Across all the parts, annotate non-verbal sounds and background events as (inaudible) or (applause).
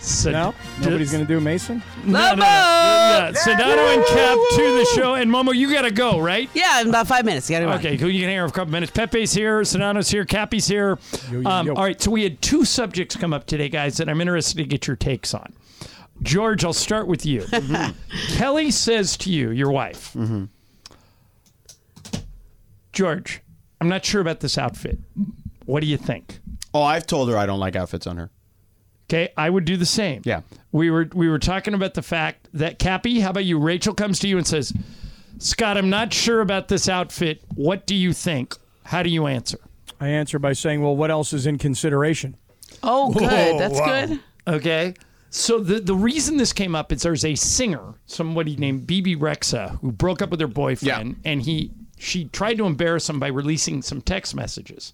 Sed- No, nobody's Dis- gonna do Mason. No, no, no. Yeah, Sedano and Cap to the show, and Momo, you gotta go, right? Yeah, in about five minutes. You gotta Okay, cool. You can hang around for a couple minutes. Pepe's here, Sedano's here, Cappy's here. Yo, yo, Um, yo. all right, so we had two subjects come up today, guys, that I'm interested to get your takes on. George, I'll start with you. Kelly says to you, your wife, George, I'm not sure about this outfit. What do you think? Oh, I've told her I don't like outfits on her. Okay, I would do the same. Yeah. We were we were talking about the fact that Cappy, how about you? Rachel comes to you and says, Scott, I'm not sure about this outfit. What do you think? How do you answer? I answer by saying, "Well, what else is in consideration?" Oh, good. That's good. Okay. So the, the reason this came up is there's a singer, somebody named BB Rexa, who broke up with her boyfriend and he she tried to embarrass him by releasing some text messages.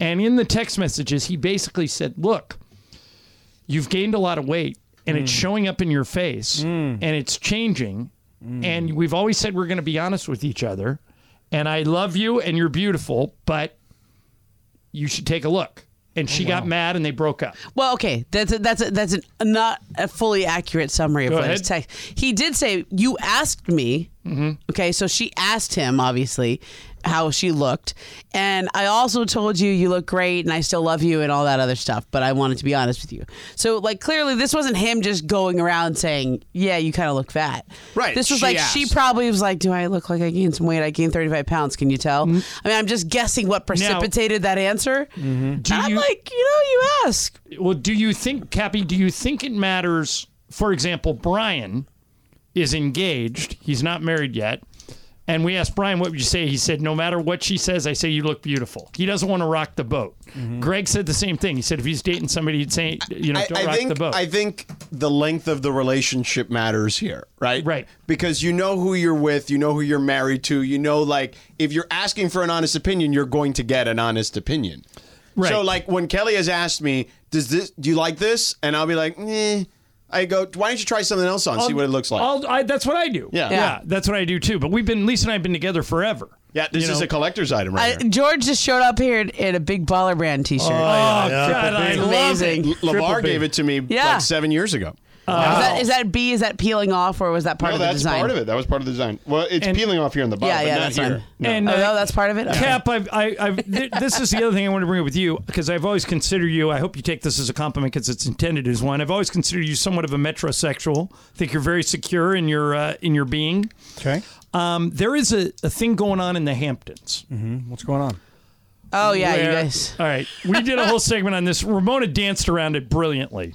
And in the text messages, he basically said, Look, you've gained a lot of weight and it's showing up in your face and it's changing. And we've always said we're gonna be honest with each other. And I love you and you're beautiful, but you should take a look. And she Oh, got mad and they broke up. Well, okay. That's a, that's a, that's a, not a fully accurate summary of Go what his ahead. Mm-hmm. text. He did say, "You asked me." Okay, so she asked him obviously how she looked, and I also told you you look great, and I still love you, and all that other stuff. But I wanted to be honest with you. So like clearly, this wasn't him just going around saying, "Yeah, you kind of look fat." Right, This was she like she asked. probably was like, "Do I look like I gained some weight? I gained thirty five pounds. Can you tell?" Mm-hmm. I mean, I'm just guessing what precipitated that answer. Do I'm you- like, you know, you ask. Well, do you think, Cappy, do you think it matters? For example, Brian is engaged. He's not married yet. And we asked Brian, what would you say? He said, no matter what she says, I say you look beautiful. He doesn't want to rock the boat. Greg said the same thing. He said, if he's dating somebody, he'd say, you Mm-hmm. know, I, don't I rock think the boat. I think the length of the relationship matters here, right? Right. Because you know who you're with, you know who you're married to, you know like if you're asking for an honest opinion, you're going to get an honest opinion. Right. So like when Kelly has asked me, does this do you like this? And I'll be like, eh. I go, why don't you try something else on, see what it looks like? I'll- I- that's what I do. Yeah. yeah. Yeah. that's what I do too. But we've been, Lisa and I have been together forever. yeah, this you is know. a collector's item I, right here. George just showed up here in, in a big baller brand T-shirt. Oh, God, I It's love amazing. it. L- Lavar gave it to me Yeah. like seven years ago. Is, that, is that B? Is that peeling off, or was that part no, of the that's design? part of it. That was part of the design. Well, it's And- peeling off here in the bottom, Yeah, yeah, but that's not here. fine. No. And, Oh, uh, no, that's part of it. Okay. Cap, I've, I, I've, th- this is the other thing I wanted to bring up with you because I've always considered you. I hope you take this as a compliment because it's intended as one. I've always considered you somewhat of a metrosexual. I think you're very secure in your uh, in your being. Okay, Um, there is a, a thing going on in the Hamptons. Mm-hmm. what's going on? Oh yeah, you where- guys. All right, we did a whole segment on this. Ramona danced around it brilliantly,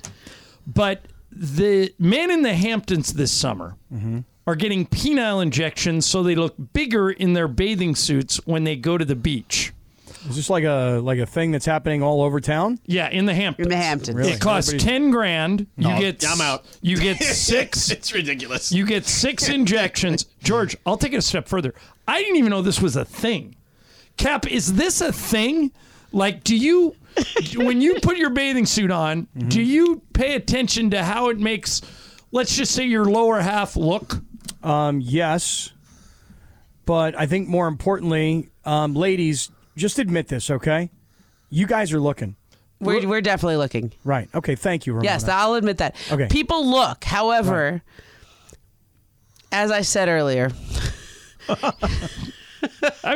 but the men in the Hamptons this summer Mm-hmm. are getting penile injections so they look bigger in their bathing suits when they go to the beach. Is this like a like a thing that's happening all over town? Yeah, in the Hamptons. In the Hamptons. Really? It costs ten grand. you get. I'm out. (laughs) You get six. It's ridiculous. you (laughs) get six injections. George, I'll take it a step further. I didn't even know this was a thing. Cap, is this a thing? Like, do you, when you put your bathing suit (laughs) on, Mm-hmm. do you pay attention to how it makes, let's just say, your lower half look? Um, yes, but I think more importantly, um, ladies, just admit this, okay? You guys are looking We're, we're definitely looking. right. Okay, thank you, Ramona. Yes, I'll admit that. Okay. People look. However, as I said earlier, I'm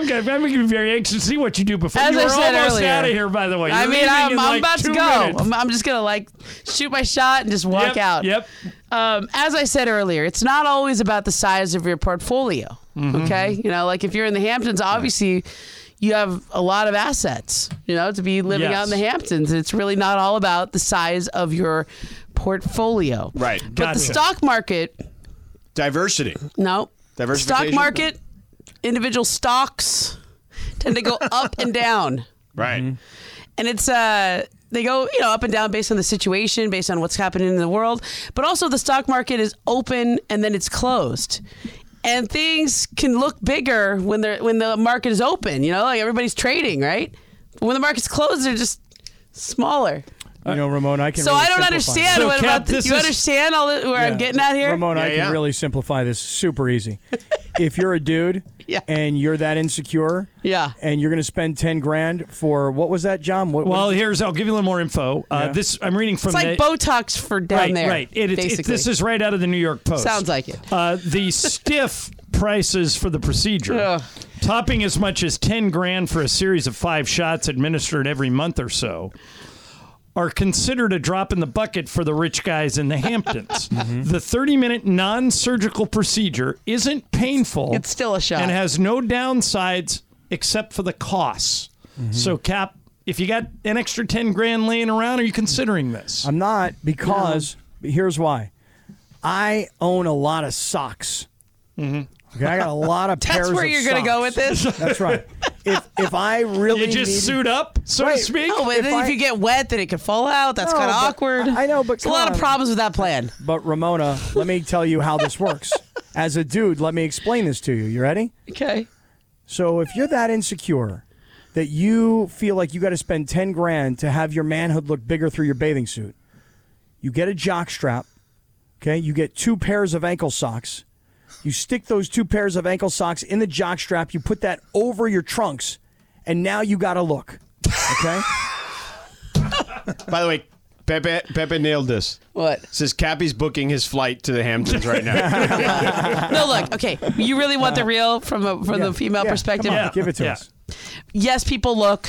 gonna, I'm gonna be very anxious to see what you do before As you I are said almost earlier. out of here. By the way, I You're mean, leaving I'm, in, I'm like, about to two go. minutes. I'm, I'm just gonna like shoot my shot and just walk Yep, out. Yep. Um, as I said earlier, it's not always about the size of your portfolio. Mm-hmm. Okay, you know, like if you're in the Hamptons, obviously you have a lot of assets. You know, to be living out in the Yes. Hamptons, it's really not all about the size of your portfolio. Right. But Gotcha. the stock market, Diversity. no. Diversification? Stock market, individual stocks tend to go (laughs) up and down Mm-hmm. Right. and it's uh they go you know up and down based on the situation based on what's happening in the world but also the stock market is open and then it's closed and things can look bigger when they're when the market is open you know like everybody's trading right but when the market's closed they're just smaller You know, Ramon, I can. so really i don't simplify understand this. So, what Cap, about the, this you is- understand all that, where i'm Yeah. getting at here Ramon, I Yeah, can yeah. really simplify this super easy. if you're a dude (laughs) Yeah. and you're that insecure, Yeah. and you're going to spend ten grand for what was that, John? What, Well, what- here's I'll give you a little more info. Uh, Yeah. This I'm reading from it's like the, botox for down right, there right. It, it's- it's- basically. this is right out of the New York Post. Sounds like it. Uh, the (laughs) stiff prices for the procedure, Ugh. topping as much as ten grand for a series of five shots administered every month or so. Are considered a drop in the bucket for the rich guys in the Hamptons. (laughs) Mm-hmm. The 30 minute non surgical procedure isn't painful. It's still a shot. And has no downsides except for the costs. Mm-hmm. So, Cap, if you got an extra 10 grand laying around, are you considering this? I'm not because here's why. I own a lot of socks. Mm-hmm. Okay, I got a lot of pairs. (laughs) that's where of you're gonna go with socks. (laughs) this That's right. If if I (laughs) really You just needed- suit up, so Right. to speak. Oh, but If then I- if you get wet, then it could fall out. That's No, kind of but- awkward. I- I know, but There's a lot come of on. problems with that plan. But Ramona, let me tell you how this (laughs) works. As a dude, let me explain this to you. You ready? Okay. So if you're that insecure that you feel like you got to spend 10 grand to have your manhood look bigger through your bathing suit, you get a jock strap, okay? You get two pairs of ankle socks. You stick those two pairs of ankle socks in the jock strap, you put that over your trunks, and now you got to look. (laughs) Okay? (laughs) By the way, Pepe Pepe nailed this. What? Says Cappy's booking his flight to the Hamptons right now. (laughs) (laughs) No, look. Okay, you really want the real from a, from Uh, Yeah, the female yeah, perspective. come on, Yeah. Give it to Yeah. us. Yes, people look,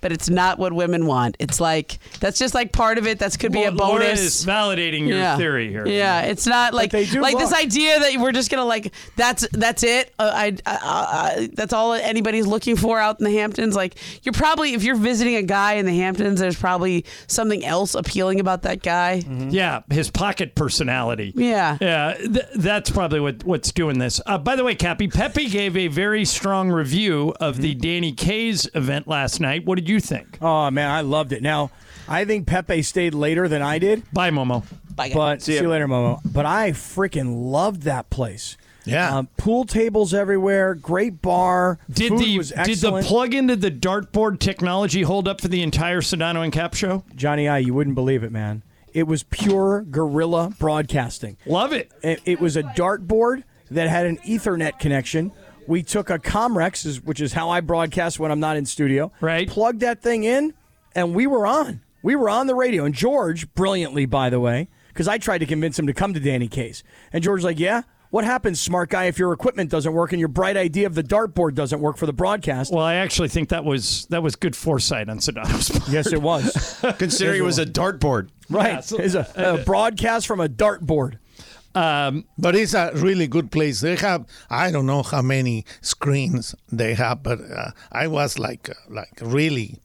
but it's not what women want. It's like that's just like part of it. That's could be a Laura bonus. is validating your theory here. Yeah, it's not like they do like this look. idea that we're just gonna like that's that's it. Uh, I, I, I that's all anybody's looking for out in the Hamptons. Like you're probably if you're visiting a guy in the Hamptons, there's probably something else appealing about that guy. Yeah, his pocket personality. Yeah. Yeah, th- that's probably what, what's doing this. Uh, by the way, Cappy, Pepe gave a very strong review of Mm-hmm. the Danny Kays event last night. What did you think? Oh man, I loved it. Now, I think Pepe stayed later than I did. Bye, Momo. Bye, guys. But see, ya. you later, Momo. But I freaking loved that place. Yeah. Um, pool tables everywhere. Great bar. Did Food the was did the excellent. plug into the dartboard technology hold up for the entire Sedano and Cap show? Johnny I? You wouldn't believe it, man. It was pure guerrilla broadcasting. Love it. It, it was a dartboard that had an Ethernet connection. We took a Comrex, is- which is how I broadcast when I'm not in studio. Right. Plugged that thing in, and we were on. We were on the radio. And George, brilliantly, by the way, because I tried to convince him to come to Danny Case. And George's like, yeah. What happens, smart guy, if your equipment doesn't work and your bright idea of the dartboard doesn't work for the broadcast? Well, I actually think that was that was good foresight on Sedano's (laughs) part. yes, it was. Considering it was a dartboard. right. Yeah, so- it's a, a broadcast from a dartboard. Um, But it's a really good place. They have I don't know how many screens they have, but uh, I was like uh, like really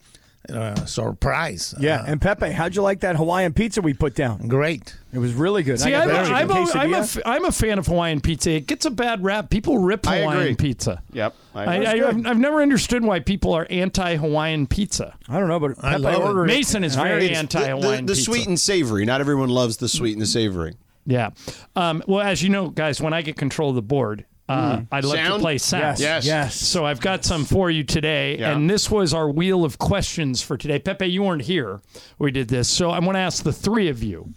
uh, surprised. Yeah. Uh, and Pepe, how'd you like that Hawaiian pizza we put down? great. It was really good. See, I I'm, got a, I'm, the chicken a, I'm, a quesadilla. f- I'm a fan of Hawaiian pizza. It gets a bad rap. People rip I agree. Hawaiian pizza. Yep. I I, agree. I, I've, I've never understood why people are anti-Hawaiian pizza. I don't know, but I Pepe love it. ordered it. Mason is And I very already- The- the- anti-Hawaiian the pizza. sweet and savory. Not everyone loves the sweet and the savory. yeah. Um, well, as you know, guys, when I get control of the board, uh, I love to Sound? play sound. Yes. Mm. Yes. Yes. So I've got some for you today, Yeah. and this was our wheel of questions for today. Pepe, you weren't here. We did this, so I'm going to ask the three of you.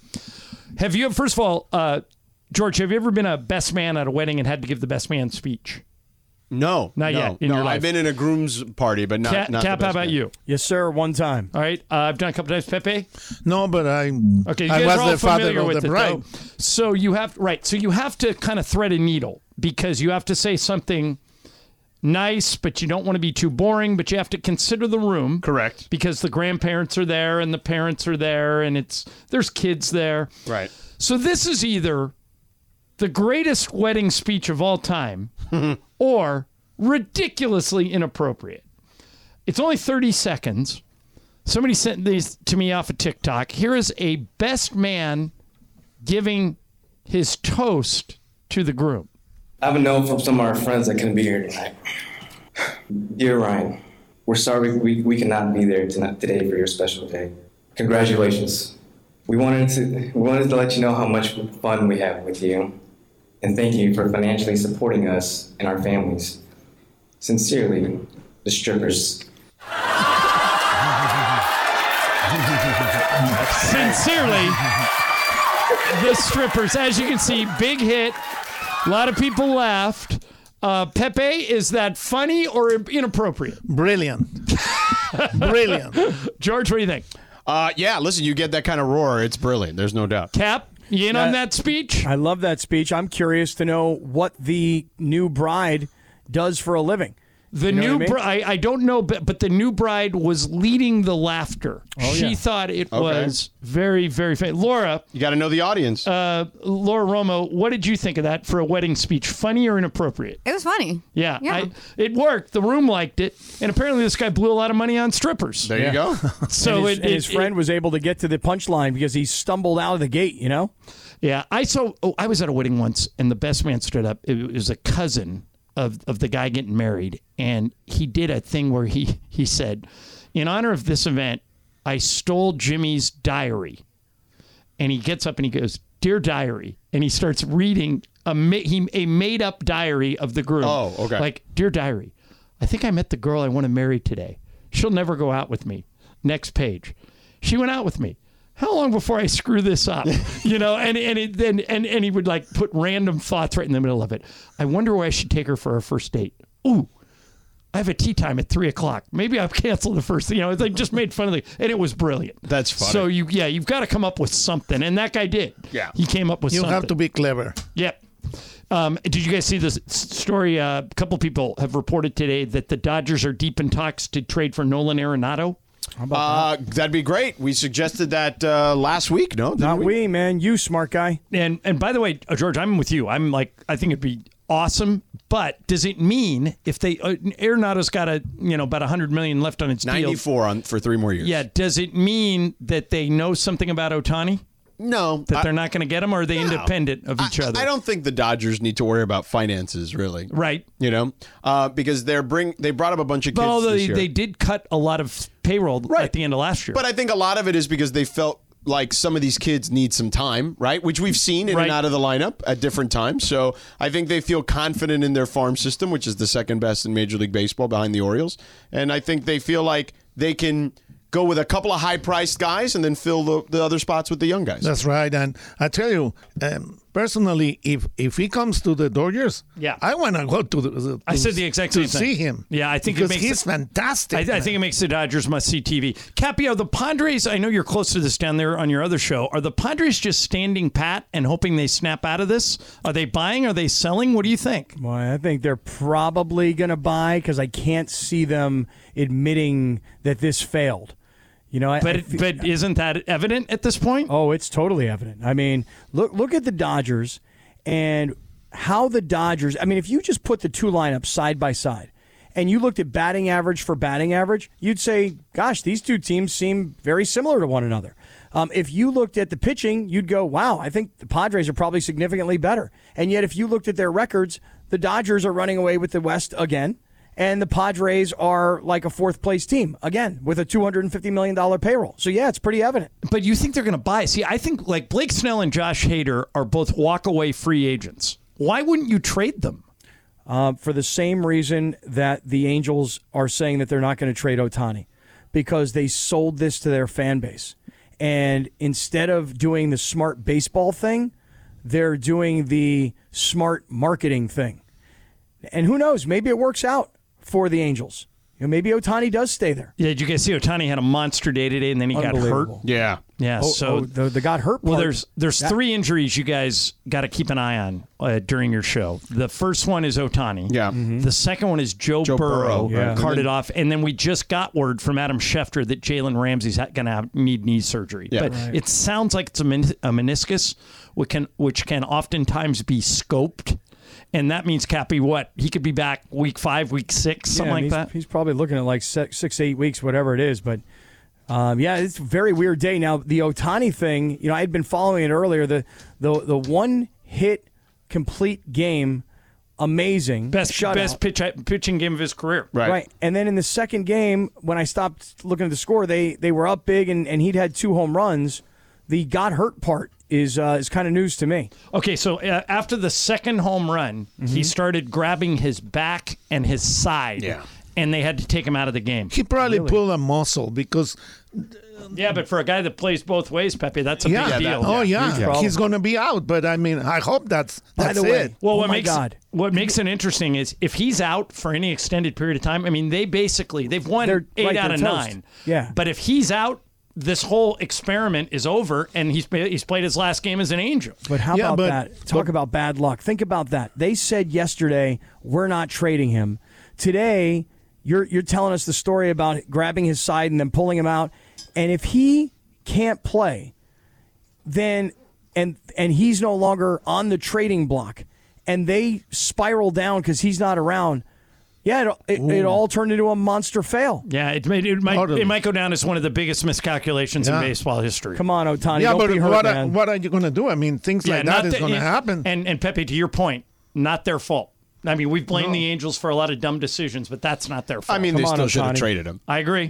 Have you, first of all, uh, George? Have you ever been a best man at a wedding and had to give the best man speech? No. Not no, yet in no. your life. I've been in a groom's party, but not. Cap, not the Cap how best about man. you? (laughs) Yes, sir. One time. All right, uh, I've done a couple times. Pepe, No, but I Okay, you I guys was are all the father familiar of with the it, bride. though. So you have right. So you have to kind of thread a needle because you have to say something nice, but you don't want to be too boring, but you have to consider the room. Correct. Because the grandparents are there and the parents are there and it's there's kids there. Right. So this is either the greatest wedding speech of all (laughs) time or ridiculously inappropriate. It's only 30 seconds. Somebody sent these to me off of TikTok. Here is a best man giving his toast to the groom. I've known from some of our friends that couldn't be here tonight. Dear Ryan, we're sorry we, we cannot be there tonight, today for your special day. Congratulations. We wanted to we wanted to let you know how much fun we have with you, and thank you for financially supporting us and our families. Sincerely, the strippers. Sincerely, the strippers. As you can see, big hit. A lot of people laughed. Uh, Pepe, is that funny or inappropriate? Brilliant. Brilliant. (laughs) George, what do you think? Uh, yeah, listen, you get that kind of roar. It's brilliant. There's no doubt. Cap, you in on that speech? I love that speech. I'm curious to know what the new bride does for a living. The new know what I mean? bride, I don't know, but, but the new bride was leading the laughter. Oh, Oh, she thought it was very, very funny. Laura, uh, You got to know the audience. Laura Romo, what did you think of that for a wedding speech? Funny or inappropriate? It was funny. Yeah, Yeah. I, it worked. The room liked it, and apparently this guy blew a lot of money on strippers. there you go. so his, it, (laughs) and it- his it- friend was able to get to the punchline because he stumbled out of the gate. You know, yeah, I saw. Oh, I was at a wedding once, and the best man stood up. It was a cousin of of the guy getting married, and he did a thing where he he said, "In honor of this event, I stole Jimmy's diary." and he gets up and he goes, "Dear diary," and he starts reading a ma- he, a made up diary of the groom. Oh, okay. Like, "Dear diary, I think I met the girl I want to marry today. She'll never go out with me." Next page, she went out with me. How long before I screw (laughs) this up? you know, and and it, then and and he would like put random thoughts right in the middle of it. I wonder where I should take her for our first date. Ooh. I have a tea time at three o'clock. Maybe I've canceled the first. You know, they just made fun of the, and it was brilliant. That's funny. So you, yeah, you've got to come up with something, and that guy did. Yeah. he came up with You something. have to be clever. Yep. Um, did you guys see this s- story? Uh, a couple people have reported today that the Dodgers are deep in talks to trade for Nolan Arenado. Uh, that'd be great. We suggested that uh, last week. No, not we, man. You smart guy. And and by the way, uh, George, I'm with you. I'm like, I think it'd be awesome. But does it mean if they uh, Arenado's got a you know about 100 million left on its deal? ninety-four on for three more years. Yeah. Does it mean that they know something about Otani no, that I- they're not going to get him, or are they no. independent of each I- other? I don't think the Dodgers need to worry about finances, really. Right. You know, uh, because they're bring they brought up a bunch of kids Well, this they, year. they did cut a lot of payroll Right. at the end of last year. But I think a lot of it is because they felt like some of these kids need some time, right? Which we've seen in Right. and out of the lineup at different times. So I think they feel confident in their farm system, which is the second best in Major League Baseball behind the Orioles. And I think they feel like they can go with a couple of high priced guys and then fill the, the other spots with the young guys. That's right. And I tell you, um, personally, if if he comes to the Dodgers, Yeah. I want to go to the. To, I said the exact to same thing. see him. Yeah, I think it because makes he's it- fantastic. I, I think it makes the Dodgers must see TV. Capio, the Padres, I know you're close to this down there on your other show. Are the Padres just standing pat and hoping they snap out of this? Are they buying? Are they selling? What do you think? Well, I think they're probably going to buy because I can't see them admitting that this failed. You know, I, I But, fe- but isn't that evident at this point? Oh, it's totally evident. I mean, look look at the Dodgers and how the Dodgers. I mean, if you just put the two lineups side by side and you looked at batting average for batting average, you'd say, "Gosh, these two teams seem very similar to one another." Um, if you looked at the pitching, you'd go, "Wow, I think the Padres are probably significantly better." And yet, if you looked at their records, the Dodgers are running away with the West again. And the Padres are like a fourth place team again with a $250 million payroll. So, yeah, it's pretty evident. But you think they're going to buy? See, I think like Blake Snell and Josh Hader are both walk away free agents. Why wouldn't you trade them? Uh, for the same reason that the Angels are saying that they're not going to trade Otani because they sold this to their fan base. And instead of doing the smart baseball thing, they're doing the smart marketing thing. And who knows, maybe it works out for the Angels. know, maybe Otani does stay there. Yeah, did you guys see Otani had a monster day today, and then he got hurt? Unbelievable. Yeah. Yeah, Oh, so oh, the, the got hurt. Well, part. there's there's That- three injuries you guys got to keep an eye on uh, during your show. The first one is Otani. Yeah. Mm-hmm. The second one is Joe, Joe Burrow, Burrow, right. carted off, and then we just got word from Adam Schefter that Jalen Ramsey's going to need knee surgery. Yeah. But it sounds like it's a, men- a meniscus, which can which can oftentimes be scoped, and that means Cappy what he could be back week five, week six, Yeah, something and like he's, that. He's probably looking at like six, six eight weeks, whatever it is. But um, yeah, it's a very weird day. Now the Otani thing, you know, I had been following it earlier. The the the one hit complete game, amazing. Best shutout. best pitch, pitching game of his career. Right. Right. And then in the second game, when I stopped looking at the score, they they were up big and, and he'd had two home runs. The got hurt part is uh, is kind of news to me. Okay, so uh, after the second home run, Mm-hmm. he started grabbing his back and his side. Yeah. And they had to take him out of the game. He probably pulled a muscle because Yeah, but for a guy that plays both ways, Pepe, that's a yeah, big deal. oh yeah, problem. he's gonna be out. But I mean, I hope that's By the that's way, it. Well, Oh what my makes God. what makes it interesting is if he's out for any extended period of time. I mean, they basically they've won They're- eight right, out they're of toast. nine. Yeah. But if he's out, this whole experiment is over, and he's he's played his last game as an angel. But how Yeah, about but- that? Talk about bad luck. Think about that. They said yesterday we're not trading him. Today, you're you're telling us the story about grabbing his side and then pulling him out. And if he can't play, then and and he's no longer on the trading block, and they spiral down because he's not around. Yeah, it, it, it all turned into a monster fail. Yeah, it, may, it might Totally. it might go down as one of the biggest miscalculations in baseball history. Come on, Otani. yeah, don't but be hurt, what are, man. what are you gonna do? I mean, things like not that is that- gonna it- happen. And and Pepe, to your point, not their fault. I mean, we've blamed the Angels for a lot of dumb decisions, but that's not their fault. I mean, they on, still should have Ohtani. traded him. I (laughs) agree.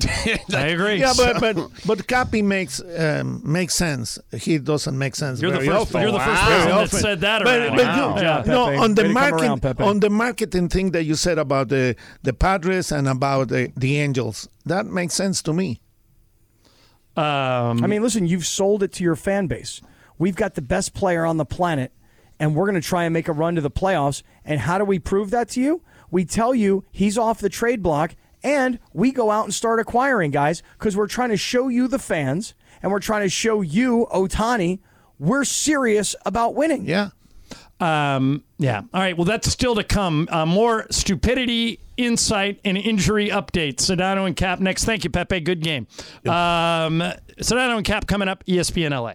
I agree. yeah, but but (laughs) but Cappy makes um, makes sense. He doesn't make sense. You're the very first- often. you're the first person that said that But, around. but Wow. you, Yeah, no, Pepe. on the Way to come market, around, Pepe. on the marketing thing that you said about the the Padres and about the, the Angels, that makes sense to me. Um, I mean, listen, you've sold it to your fan base. We've got the best player on the planet, and we're going to try and make a run to the playoffs. And how do we prove that to you? We tell you he's off the trade block, and we go out and start acquiring guys because we're trying to show you the fans, and we're trying to show you, Otani, we're serious about winning. Yeah. Um, yeah. All right. Well, that's still to come. Uh, more stupidity, insight, and injury updates. Sedano and Cap next. Thank you, Pepe. Good game. Um, Sedano and Cap coming up. E ESPN LA.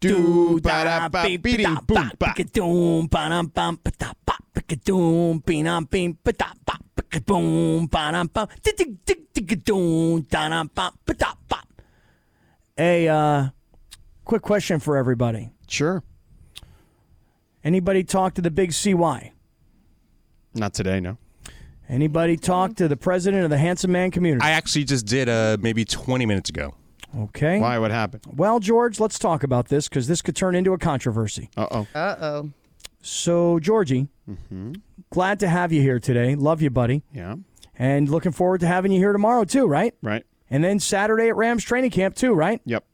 Do ba da ba. Beating boom ba. Hey, uh, quick question for everybody. Sure. Anybody talk to the big CY? Not today, no. Anybody talk to the president of the handsome man community? I actually just did uh, maybe 20 minutes ago. Okay. Why? What happened? Well, George, let's talk about this because this could turn into a controversy. Uh oh. So, Georgie, glad to have you here today. Love you, buddy. Mm-hmm. Yeah. And looking forward to having you here tomorrow, too, right? Right. And then Saturday at Rams training camp, too, right? Yep.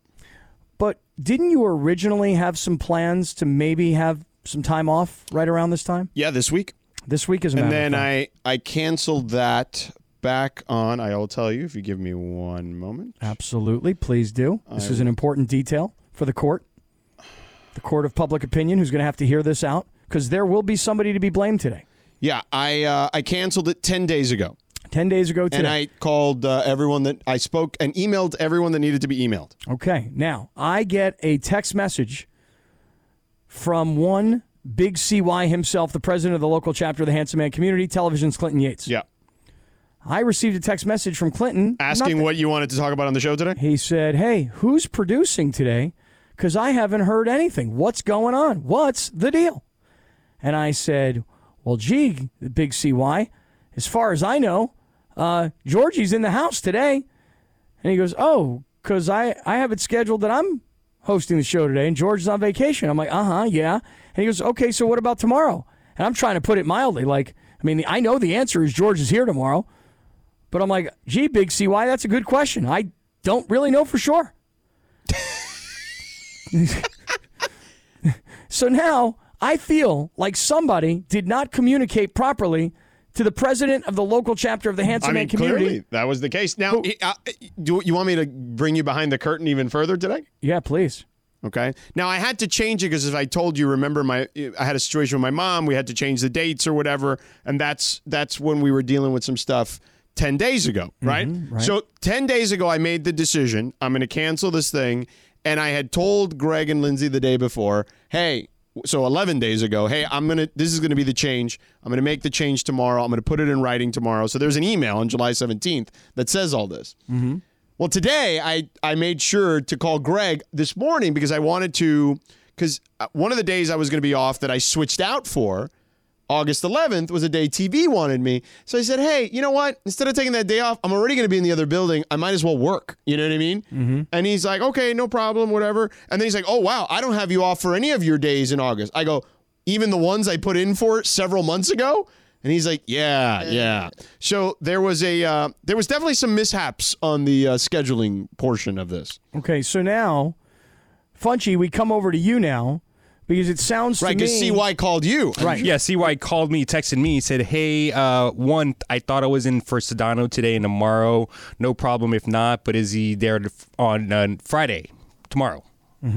But didn't you originally have some plans to maybe have some time off right around this time? Yeah, this week. This week is a And matter then of fact. I I canceled that back on. I will tell you if you give me one moment. Absolutely. Please do. This I is an important detail for the court, the court of public opinion, who's going to have to hear this out because there will be somebody to be blamed today. Yeah, I uh, I canceled it ten days ago, 10 days ago and today. I called uh, everyone that I spoke and emailed everyone that needed to be emailed. okay. Now, I get a text message from one big CY himself, the president of the local chapter of the Handsome Man community, television's Clinton Yates. Yeah, I received a text message from Clinton asking nothing. what you wanted to talk about on the show today. He said, Hey, who's producing today? Because I haven't heard anything. What's going on? What's the deal? And I said, Well, gee, the big CY, as far as I know, uh, Georgie's in the house today. And he goes, Oh, because I, I have it scheduled that I'm hosting the show today and George's on vacation. I'm like, Uh huh, yeah. And he goes, Okay, so what about tomorrow? And I'm trying to put it mildly. Like, I mean, I know the answer is George is here tomorrow. But I'm like, gee, Big CY, that's a good question. I don't really know for sure. (laughs) so now I feel like somebody did not communicate properly to the president of the local chapter of the Handsome I mean, Man community. clearly that was the case. Now, uh, do you want me to bring you behind the curtain even further today? Yeah, please. Okay. Now I had to change it because if I told you, remember my I had a situation with my mom. We had to change the dates or whatever, and that's that's when we were dealing with some stuff ten days ago, right? Mm-hmm, So ten days ago, I made the decision I'm going to cancel this thing, and I had told Greg and Lindsay the day before, hey. So 11 days ago, hey, I'm going to this is going to be the change. I'm going to make the change tomorrow. I'm going to put it in writing tomorrow. So there's an email on July 17th that says all this. Mm-hmm. Well, today I I made sure to call Greg this morning because I wanted to because one of the days I was going to be off that I switched out for August 11th was a day TV wanted me. So I said, "Hey, you know what? Instead of taking that day off, I'm already going to be in the other building. I might as well work." You know what I mean? Mm-hmm. And he's like, "Okay, no problem, whatever." And then he's like, "Oh wow, I don't have you off for any of your days in August." I go, "Even the ones I put in for several months ago?" And he's like, "Yeah, yeah." So there was a uh, there was definitely some mishaps on the uh, scheduling portion of this, Okay, so now, Funchy, we come over to you now because it sounds right? to Because me. CY called you, Right. Yeah, CY called me, texted me, said, "Hey, uh, one, I thought I was in for Sedano today and tomorrow. No problem if not, but is he there to- on uh, Friday, tomorrow,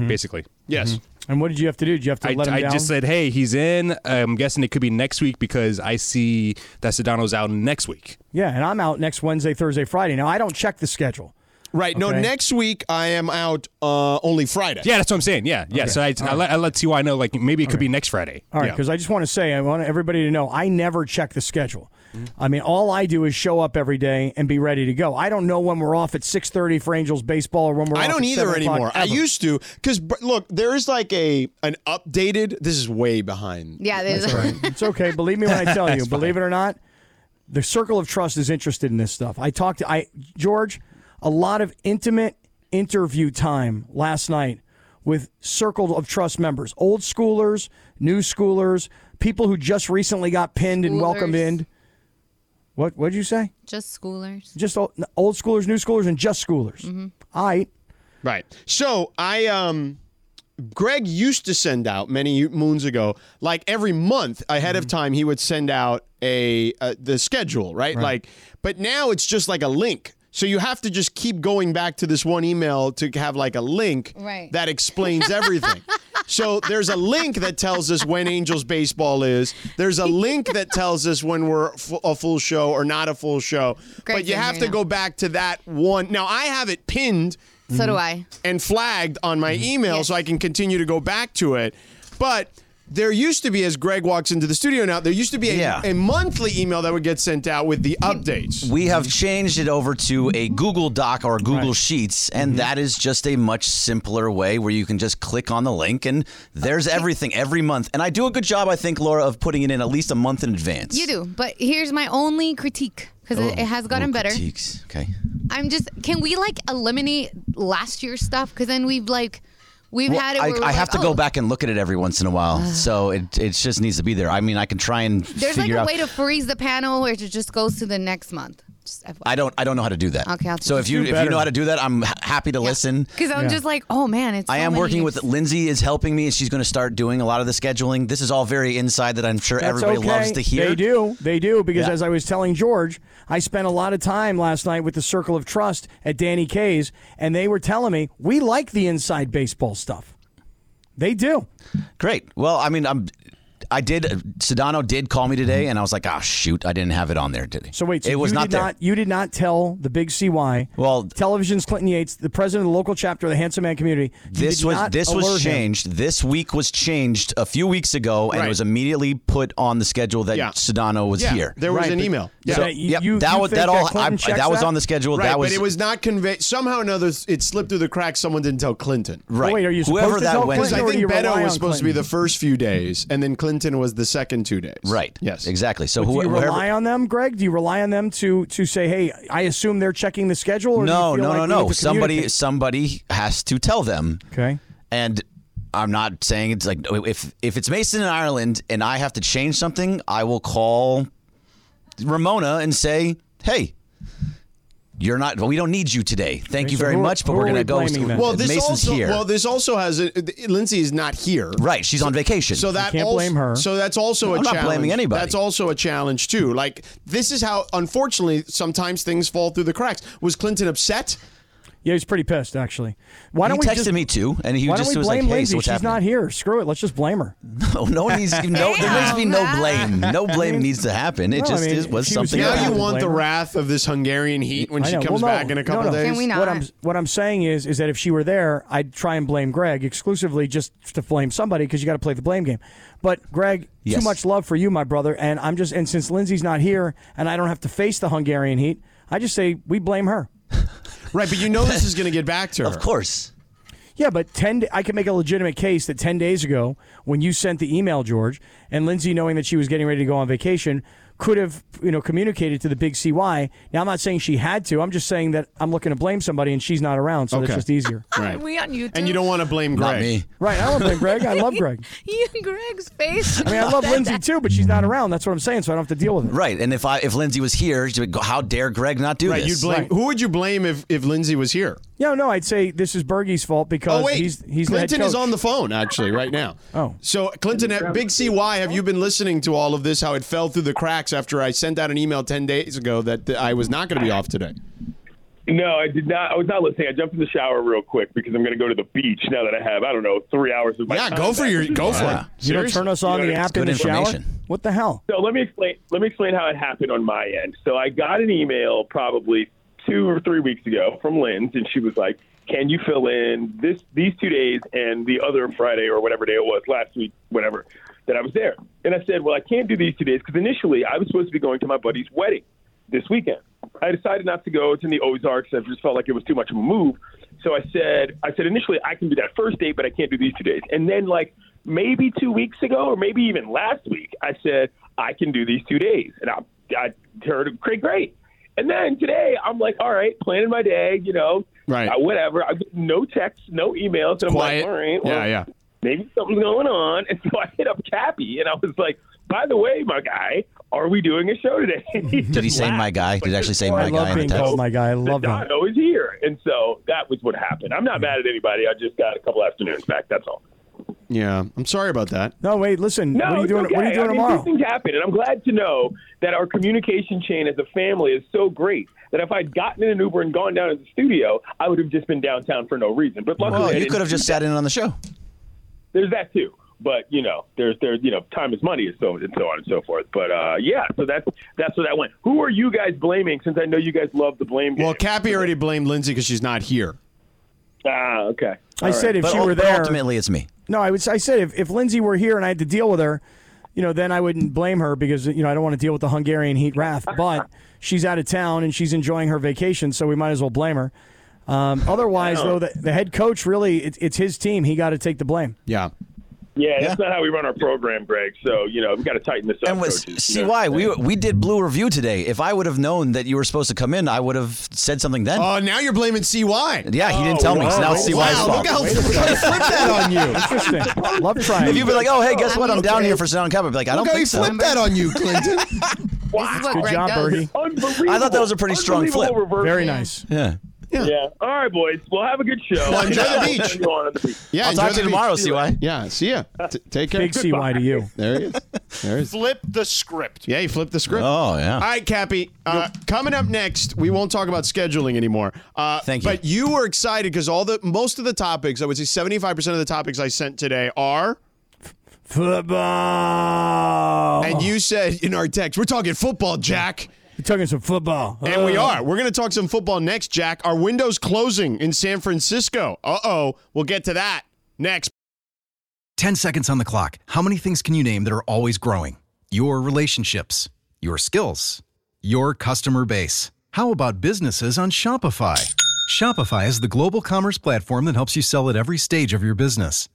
basically?" Yes. Mm-hmm. And what did you have to do? Did you have to I, Mm-hmm. let him I down? just said, "Hey, he's in." I'm guessing it could be next week because I see that Sedano's out next week. yeah, and I'm out next Wednesday, Thursday, Friday. Now, I don't check the schedule. Right. No, Okay. next week I am out uh, only Friday. Yeah, that's what I'm saying. Yeah, yeah. So I, I, let, I let CY know, like maybe it could be next Friday. All right, Yeah. because I just want to say, I want everybody to know, I never check the schedule. Mm-hmm. I mean, all I do is show up every day and be ready to go. I don't know when we're off at six thirty for Angels baseball or when we're. I off don't at either 7 o'clock, anymore. I ever. used to because look, there is like a an updated. This is way behind. Yeah, there's It's (laughs) okay. Believe me when I tell you. Believe it or not, the circle of trust is interested in this stuff. I talked to I George a lot of intimate interview time last night with circle of trust members, old schoolers, new schoolers, people who just recently got pinned and welcomed Schoolers. in. What what'd you say? (laughs) just schoolers. Mm-hmm. just old, old schoolers, new schoolers, and just schoolers. All right. Right. So I um Greg used to send out many moons ago, like every month ahead of time, he would send out a uh, the schedule, right? Like, but now it's just like a link. So you have to just keep going back to this one email to have like a link Right. that explains everything. so there's a link that tells us when Angels baseball is. There's a link that tells us when we're f- a full show or not a full show. Greg's but you in have here to now. go back to that one. Now I have it pinned So do I. and flagged on my email Yes. so I can continue to go back to it. But there used to be, as Greg walks into the studio now, there used to be a, Yeah. a monthly email that would get sent out with the updates. We have changed it over to a Google Doc or Google Sheets, and that is just a much simpler way where you can just click on the link and there's everything every month. And I do a good job, I think, Laura, of putting it in at least a month in advance. You do, but here's my only critique because it, Oh, it has gotten Ooh, better. critiques. Okay. I'm just can we like eliminate last year's stuff because then we've like we've Well, had it. I, where we're I have like, to go oh, back and look at it every once in a while, so it it just needs to be there. I mean, I can try and There's like figure a out. way to freeze the panel where it just goes to the next month. Just FYI. I don't. I don't know how to do that. Okay, I'll so teach if you. Do you if you better. know how to do that, I'm h- happy to listen. Because I'm just like, oh man, it's. I so am many working years. with Lindsay is helping me, and she's going to start doing a lot of the scheduling. This is all very inside that I'm sure That's everybody okay. loves to hear. They do. They do because Yeah. as I was telling George, I spent a lot of time last night with the Circle of Trust at Danny K's, and they were telling me we like the inside baseball stuff. They do. Great. Well, I mean, I'm. I did. Sedano did call me today, and I was like, "Ah, shoot! I didn't have it on there." Did So wait, so it was you not did there. not you did not tell the big CY. Well, television's Clinton Yates, the president of the local chapter of the Handsome Man community. you this did was not this alert was him. changed. This week was changed a few weeks ago, and it was immediately put on the schedule that Sedano was Yeah, here. there was Right, an but- email. Yeah, Yeah. so, That you- yep, you- that you was think that that all. I, Clinton checks that was that? on the schedule. Right, that was but it was not conveyed. Somehow or another, it slipped through the cracks. Someone didn't tell Clinton. Right. Oh, wait, are you supposed Whoever to that tell went. Clinton, I or do think you rely Beto on was supposed to be Clinton? the first few days, and then Clinton was the second two days. Right. Yes. Exactly. So Do who- you whoever- rely on them, Greg? Do you rely on them to to say, "Hey, I assume they're checking the schedule"? Or no, do you feel no, like we no, need no. to Somebody, communicate? somebody has to tell them. Okay. And I'm not saying it's like if if it's Mason in Ireland and I have to change something, I will call Ramona and say, "Hey, you're not. Well, we don't need you today. Thank you so very who- much, but who we're are gonna we go. blaming then? Well, this Mason's also- here. well, this also has a, Lindsay is not here. Right, she's on vacation. So You that can't also, blame her. So that's also a I'm not challenge. blaming anybody. That's also a challenge too. Like this is how unfortunately sometimes things fall through the cracks. Was Clinton upset? Yeah, he's pretty pissed actually. Why don't he we texted just, me too, and he why just don't we was like, blame "Hey, Lindsay? so what's She's happening?" not here. Screw it. Let's just blame her. No, (laughs) no one (laughs) needs no. There needs (laughs) to be no Damn. blame. No blame needs to happen. It well, I just mean, is, was she was something. here, that I Now you happened. want the wrath of this Hungarian heat when I she know. comes Well, no, back in a no, couple no. days. What I'm what I'm saying is is that if she were there, I'd try and blame Greg exclusively just to blame somebody because you got to play the blame game. But Greg, Yes. too much love for you, my brother, and I'm just and since Lindsay's not here and I don't have to face the Hungarian heat, I just say we blame her. (laughs) right, but you know this is going to get back to her. (laughs) Of course. Yeah, but ten. da- I can make a legitimate case that ten days ago, when you sent the email, George and Lindsay, knowing that she was getting ready to go on vacation, could have you know communicated to the big CY. Now I'm not saying she had to. I'm just saying that I'm looking to blame somebody, and she's not around, so it's Okay. just easier. Right. We on YouTube. And you don't want to blame Greg. (laughs) Not me. Right. I don't blame Greg. I love Greg. (laughs) You Greg's face. I mean, I (laughs) (laughs) love Lindsay too, but she's not around. That's what I'm saying. So I don't have to deal with it. Right, and if I if Lindsay was here, she'd go, how dare Greg not do Right, this? you'd blame. Who would you blame if if Lindsay was here? Yeah, no, I'd say this is Bergie's fault because oh wait, he's he's the head Clinton is coach. on the phone actually right now. Oh. so Clinton, at Big CY, have you been listening to all of this? How it fell through the cracks after I sent out an email ten days ago that th- I was not going to be off today. No, I did not. I was not listening. I jumped in the shower real quick because I'm going to go to the beach now that I have I don't know three hours of my Yeah, time go for back. your go for Yeah. it. You don't Seriously? turn us on You the know, app in the good shower. information. What the hell? So let me explain. Let me explain how it happened on my end. So I got an email probably two or three weeks ago from Lynn's, and she was like, "Can you fill in this these two days and the other Friday or whatever day it was last week, whatever that I was there?" And I said, "Well, I can't do these two days because initially I was supposed to be going to my buddy's wedding this weekend. I decided not to go. It's in the Ozarks. I just felt like it was too much of a move. So I said, I said initially I can do that first date, but I can't do these two days. And then like maybe two weeks ago, or maybe even last week, I said I can do these two days, and I, I heard great, great. And then today I'm like, all right, planning my day, you know, Right. uh, whatever. I, no texts, no emails, and Quiet. I'm like, all right, well, Yeah, yeah. maybe something's going on. (laughs) And so I hit up Cappy and I was like, by the way, my guy, are we doing a show today? (laughs) Did he say my guy? Did he actually say Oh, I my guy love in the being text? called my guy. I love that. Dono is here. And so that was what happened. I'm not mad at anybody. I just got a couple afternoons back. That's all. Yeah, I'm sorry about that. No, wait. Listen. No, what are you Oh, it's doing? okay. What are you doing I mean, tomorrow? These things happen, and I'm glad to know that our communication chain as a family is so great that if I'd gotten in an Uber and gone down to the studio, I would have just been downtown for no reason. But luckily, I Well, you didn't could have do just sat in on the show. there's that too. But you know, there's there's you know, time is money and so and so on and so forth. But uh, yeah, so that's that's where that went. Who are you guys blaming? Since I know you guys love the blame. Well, game. Cappy already blamed Lindsay because she's not here. ah, okay. I said if But she ul- were but there. ultimately, it's me. No, I would. I said if, if Lindsay were here and I had to deal with her, you know, then I wouldn't blame her because you know I don't want to deal with the Hungarian heat wrath. But she's out of town and she's enjoying her vacation, so we might as well blame her. (laughs) Um, otherwise, though, the, the head coach really it, it's his team. He got to take the blame. Yeah. Yeah, that's not how we run our program, Greg. So you know, we got to tighten this up. And was, coaches, you see know what why I'm we saying? we did blue review today. If I would have known that you were supposed to come in, I would have said something then. Oh, now you're blaming CY. yeah, he didn't tell me. So now it's CY's wow, fault. look how Wait a look how he flipped that on you. Interesting. Love trying. If you'd be like, "Oh, hey, guess what? I'm down here for Sound Cup," I'd be like, "I don't Look how he think so." flipped that on you, Clinton. This is what Greg does. Unbelievable. I thought that was a pretty strong flip. Unbelievable reversal. Very nice. Yeah. Yeah. All right, boys. Well, have a good show. Well, enjoy the I'll beach. see you on at the beach. Yeah, I'll talk enjoy to you the tomorrow, beach. CY. Yeah, see ya. T- take care. Big CY to you. There he is. There he is. Flip the script. Yeah, you flipped the script. Oh, yeah. All right, Cappy. Uh, coming up next, we won't talk about scheduling anymore. Uh, Thank you. But you were excited because all the most of the topics, I would say seventy five percent of the topics I sent today are Football. And you said in our text, we're talking football, Jack. We're talking some football. And we are. We're going to talk some football next, Jack. Our window's closing in San Francisco. Uh oh. We'll get to that next. 10 seconds on the clock. How many things can you name that are always growing? Your relationships, your skills, your customer base. How about businesses on Shopify? Shopify is the global commerce platform that helps you sell at every stage of your business.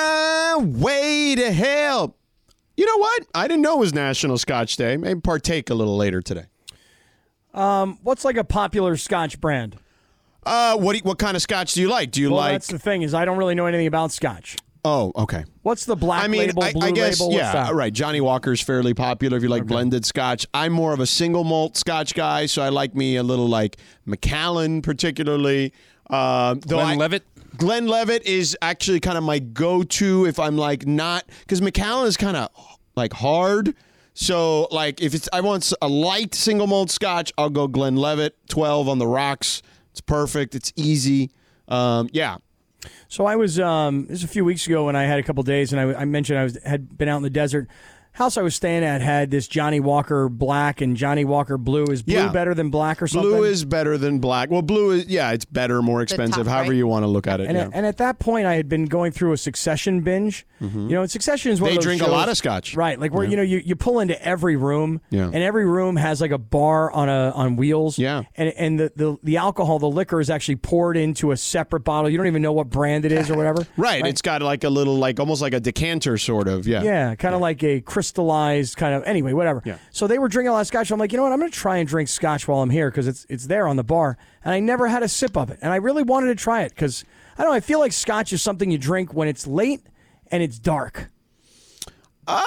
Highway to hell. You know what? I didn't know it was National Scotch Day. Maybe partake a little later today. Um, what's like a popular Scotch brand? Uh, what do you- what kind of Scotch do you like? Do you well, like? That's the thing is, I don't really know anything about Scotch. oh, okay. What's the black I mean, label, I, blue I guess label? What's yeah, that? right. Johnny Walker's fairly popular if you like blended Scotch. I'm more of a single malt Scotch guy, so I like me a little like Macallan, particularly. Um, though I- Glenlivet? Glenn Levitt is actually kind of my go-to if I'm like not because McAllen is kind of like hard. So like if it's I want s- a light single malt Scotch, I'll go Glenn Levitt 12 on the rocks. It's perfect. It's easy. Um, yeah. So I was um, this was a few weeks ago when I had a couple days, and I, I mentioned I was had been out in the desert. House I was staying at had this Johnny Walker black and Johnny Walker blue. Is blue Yeah. better than black or something? Blue is better than black. Well, blue is yeah, it's better, more expensive. top however right. you want to look at it. and, yeah. at, and at that point, I had been going through a Succession binge. Mm-hmm. You know, Succession is one They of those drink a lot shows- of scotch. right? Like where Yeah. you know you, you pull into every room, Yeah. and every room has like a bar on a on wheels, yeah. And and the, the the alcohol, the liquor is actually poured into a separate bottle. You don't even know what brand it is or whatever. (laughs) Right, It's got like a little like almost like a decanter sort of. Yeah. Yeah, kind of like a crystallized kind of. Anyway, whatever. Yeah. So they were drinking a lot of scotch. I'm like, you know what? I'm going to try and drink scotch while I'm here because it's it's there on the bar, and I never had a sip of it, and I really wanted to try it because I don't. know, I feel like scotch is something you drink when it's late and it's dark. Um,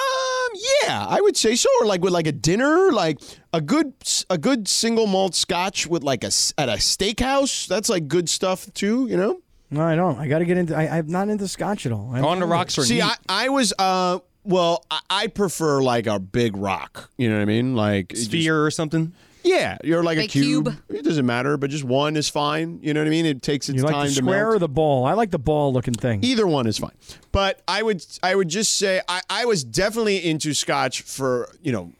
yeah, I would say so. Or like with like a dinner, like a good a good single malt Scotch with like a s- at a steakhouse. That's like good stuff too. You know. No, I don't. I got to get into. I, I'm not into scotch at all. I'm not into it. See, I, I was uh, well, I, I prefer like a big rock. You know what I mean? Like sphere or something. Yeah, you're like a Big cube. cube. It doesn't matter, but just one is fine. You know what I mean? It takes its you time like the to square melt. or the ball? I like the ball looking thing. Either one is fine. But I would I would just say I, I was definitely into scotch for you know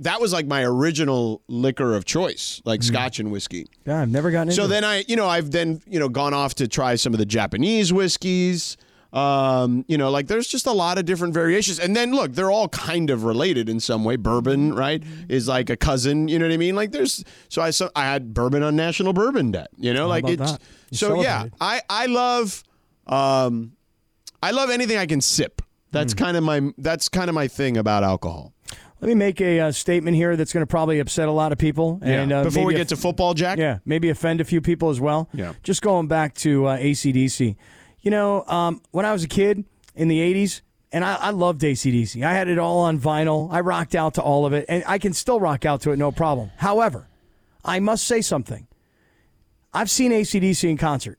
that was like my original liquor of choice, Mm. like scotch and whiskey. Yeah, I've never gotten into. So it. then I you know I've then you know gone off to try some of the Japanese whiskeys. Um, you know, like there's just a lot of different variations. And then look, they're all kind of related in some way. Mm-hmm. Bourbon, right, is like a cousin, you know what I mean? Like there's so I so I had bourbon on National Bourbon Day, you know, How like about it's that? You so yeah, celebrated. I I love um Mm. I love anything I can sip. That's kind of my that's kind of my thing about alcohol. Let me make a uh, statement here that's going to probably upset a lot of people. Yeah. And uh, Before we maybe get to football, Jack? Yeah, maybe offend a few people as well. Yeah. Just going back to uh, ACDC. You know, um, when I was a kid in the 80s, and I, I loved ACDC. I had it all on vinyl. I rocked out to all of it, and I can still rock out to it, no problem. However, I must say something. I've seen ACDC in concert.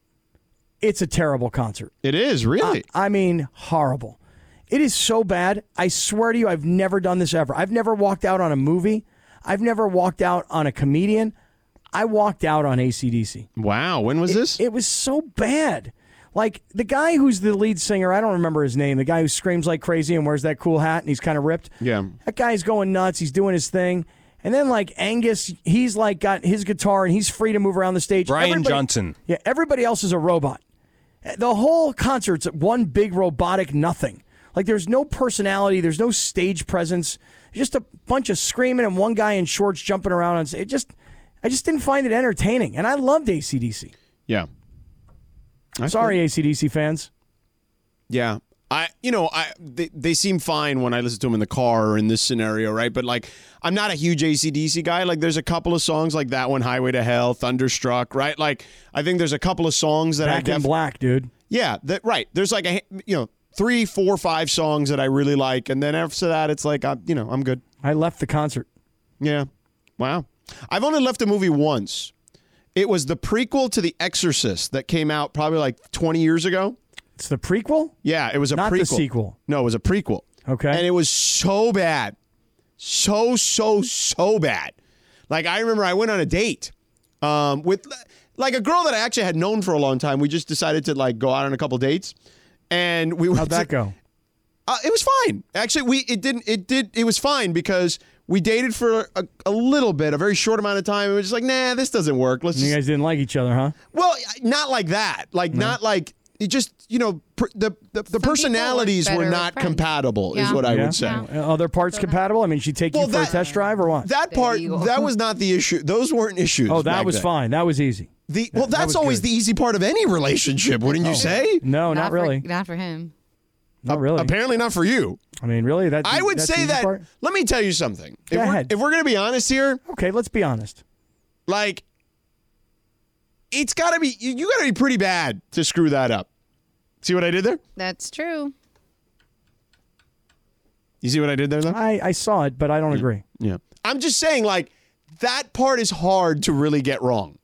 It's a terrible concert. It is, really. I, I mean, horrible. It is so bad. I swear to you, I've never done this ever. I've never walked out on a movie. I've never walked out on a comedian. I walked out on ACDC. Wow. When was this? It was so bad. Like the guy who's the lead singer, I don't remember his name, the guy who screams like crazy and wears that cool hat and he's kind of ripped. Yeah. That guy's going nuts. He's doing his thing. And then like Angus, he's like got his guitar and he's free to move around the stage. Brian Everybody- Johnson. Yeah, everybody else is a robot. The whole concert's one big robotic nothing. Like there's no personality, there's no stage presence. Just a bunch of screaming and one guy in shorts jumping around on stage. It just I just didn't find it entertaining. And I loved ACDC. Yeah. I Sorry, ACDC fans. Yeah. I you know, I they, they seem fine when I listen to them in the car or in this scenario, right? But like I'm not a huge ACDC guy. Like there's a couple of songs like that one, Highway to Hell, Thunderstruck, right? Like I think there's a couple of songs that I Back in definitely black, dude. Yeah, that right. There's like a you know three, four, five songs that I really like, and then after that, it's like I, you know I'm good. I left the concert. Yeah, wow. I've only left a movie once. It was the prequel to The Exorcist that came out probably like 20 years ago. It's the prequel. Yeah, it was a Not the prequel. sequel. No, it was a prequel. Okay. And it was so bad, so so so bad. Like I remember, I went on a date um, with like a girl that I actually had known for a long time. We just decided to like go out on a couple dates, and we How'd that go? uh, it was fine. Actually, we it didn't it did it was fine because we dated for a, a little bit, a very short amount of time. It was just like, nah, this doesn't work. Let's You just guys didn't like each other, huh? well, not like that. Like not like it just you know pr- the the, the personalities better were with not friends. compatible is Yeah. what I Yeah? would say. Other parts compatible? I mean, she take Well, you for that- a test drive or what? That part that was not the issue. Those weren't issues. Oh, that back was then. fine. That was easy. The well, that that's was always good. the easy part of any relationship, wouldn't you Oh. say? No, not, really. For, not for him. Not really. Apparently not for you. I mean, really? That I would that's the say easy that. part? Let me tell you something. Go if, we're, ahead. if we're gonna be honest here, Okay, let's be honest. like it's gotta be you, you gotta be pretty bad to screw that up. See what I did there? That's true. You see what I did there, though? I, I saw it, but I don't agree. Yeah. I'm just saying, like, that part is hard to really get wrong.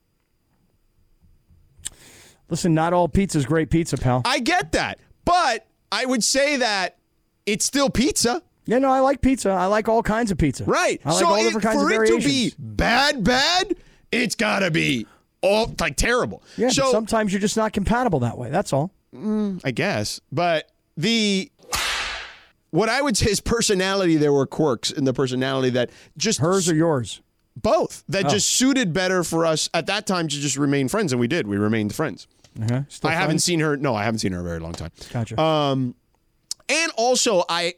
Listen, not all pizza's great pizza, pal. I get that, but I would say that it's still pizza. yeah, no, I like pizza. I like all kinds of pizza. Right. I like so all it- different kinds for of it variations. to be bad, bad, it's got to be all like terrible. yeah, but so Mm, sometimes you're just not compatible that way. That's all. I guess, but the what I would say is personality. There were quirks in the personality that just Hers or yours? both that Oh. just suited better for us at that time to just remain friends, and we did. We remained friends. Uh-huh. Still I haven't friends? seen her. No, I haven't seen her in a very long time. Gotcha. Um, and also I,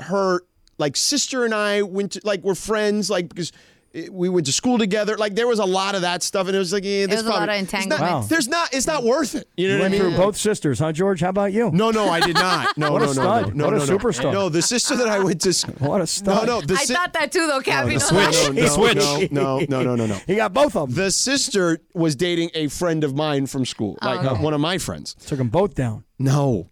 her like sister and I went to like we're friends like because eh, we went to school together. Like there was a lot of that stuff, and it was like yeah, There this was a lot probably- of it's not- entanglements. Wow. There's not. It's not worth it. You know what You I went mean? through both sisters, huh, George? How about you? No, no, I did (laughs) not. No, What a no, no, stud. no, no, What a no, no. superstar. No, the sister that I went to. s- (laughs) What a stud. No, no, the I si- thought that too, though, Cappy. (laughs) (laughs) no, Don't no, lie. no, switch. No, no, no, no, no. He got both of them. The sister was dating a friend of mine from school, like okay. one of my friends. Oh. Took them both down. No.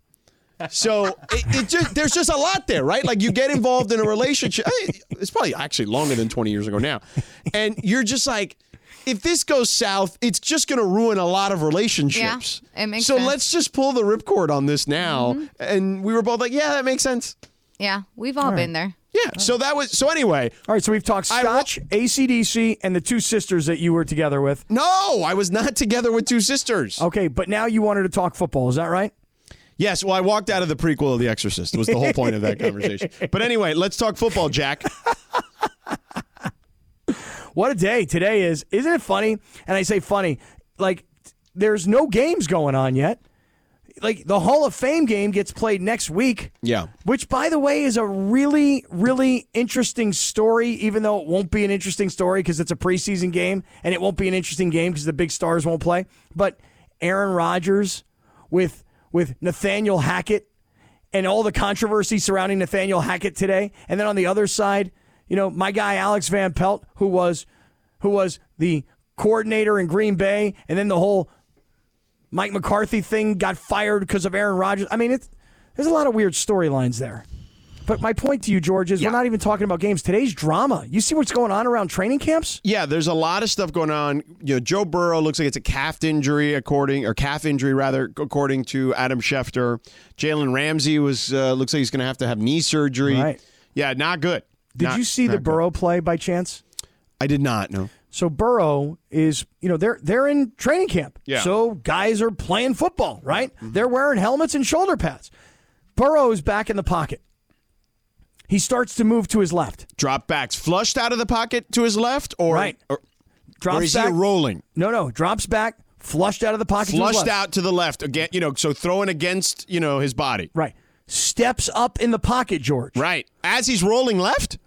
So it, it just there's just a lot there, right? Like you get involved in a relationship. I- It's probably actually longer than 20 years ago now, and you're just like, if this goes south, it's just going to ruin a lot of relationships. Yeah, it makes so sense. Mm-hmm. let's just pull the ripcord on this now. And we were both like, yeah, that makes sense. Yeah, we've all been there. Yeah. So that was so anyway. All right, so we've talked I wa- Scotch, ACDC, and the two sisters that you were together with. No, I was not together with two sisters. Okay, but now you wanted to talk football. Is that right? Yes, well, I walked out of the prequel of The Exorcist. Was the whole point of (laughs) that conversation. But anyway, let's talk football, Jack. What a day today is. Isn't it funny? And I say funny, like there's no games going on yet. Like the Hall of Fame game gets played next week, Yeah. which by the way is a really really interesting story even though it won't be an interesting story cuz it's a preseason game and it won't be an interesting game cuz the big stars won't play. But Aaron Rodgers with with Nathaniel Hackett and all the controversy surrounding Nathaniel Hackett today. And then on the other side, You know, my guy Alex Van Pelt, who was who was the coordinator in Green Bay, and then the whole Mike McCarthy thing got fired because of Aaron Rodgers. I mean, it's, there's a lot of weird storylines there. But my point to you, George, is we're not even talking about games. Today's drama. You see what's going on around training camps? Yeah, there's a lot of stuff going on. You know, Joe Burrow looks like it's a calf injury, according or calf injury rather, according to Adam Schefter. Jalen Ramsey was uh, looks like he's going to have to have knee surgery. Right. Yeah, not good. Did you see the Burrow play by chance? I did not. No. So Burrow is, you know, they're they're in training camp. Yeah. Mm-hmm. So guys are playing football, right? They're wearing helmets and shoulder pads. Burrow is back in the pocket. He starts to move to his left. Drop backs flushed out of the pocket to his left, or right. or, drops or is back. he rolling? No, no, drops back, flushed out of the pocket. to his Flushed left. out to the left again. You know, so throwing against you know his body. Right. Steps up in the pocket, George. Right. As he's rolling left.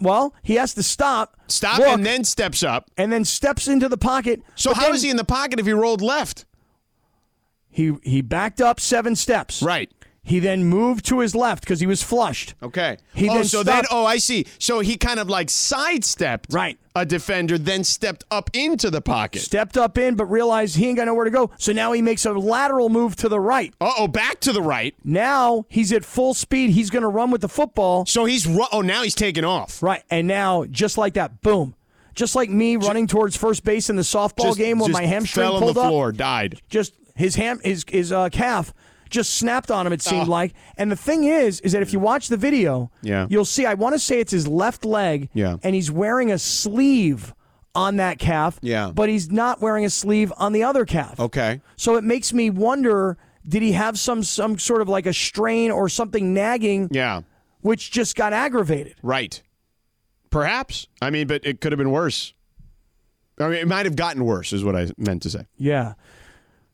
Well, he has to stop. Stop look, and then steps up. and then steps into the pocket. So but how is then he in the pocket if he rolled left? He he backed up seven steps. Right. He then moved to his left because he was flushed. Okay. He oh, then so then stopped- oh, I see. So he kind of like sidestepped right. a defender, then stepped up into the pocket. Stepped up in, but realized he ain't got nowhere to go. So now he makes a lateral move to the right. Uh oh, back to the right. Now he's at full speed. He's going to run with the football. So he's ru- oh now he's taking off. Right. And now, just like that, boom. Just like me running towards first base in the softball Just- game when just my hamstring fell on pulled the up. floor, died. just his ham his his uh, calf just snapped on him. It seemed like. And the thing is, is that if you watch the video, Oh. Yeah. you'll see. I want to say it's his left leg. Yeah. and he's wearing a sleeve on that calf. Yeah. but he's not wearing a sleeve on the other calf. Okay. So it makes me wonder: Did he have some some sort of like a strain or something nagging? Yeah. Which just got aggravated. Right. Perhaps. I mean, but it could have been worse. I mean, it might have gotten worse, is what I meant to say. Yeah.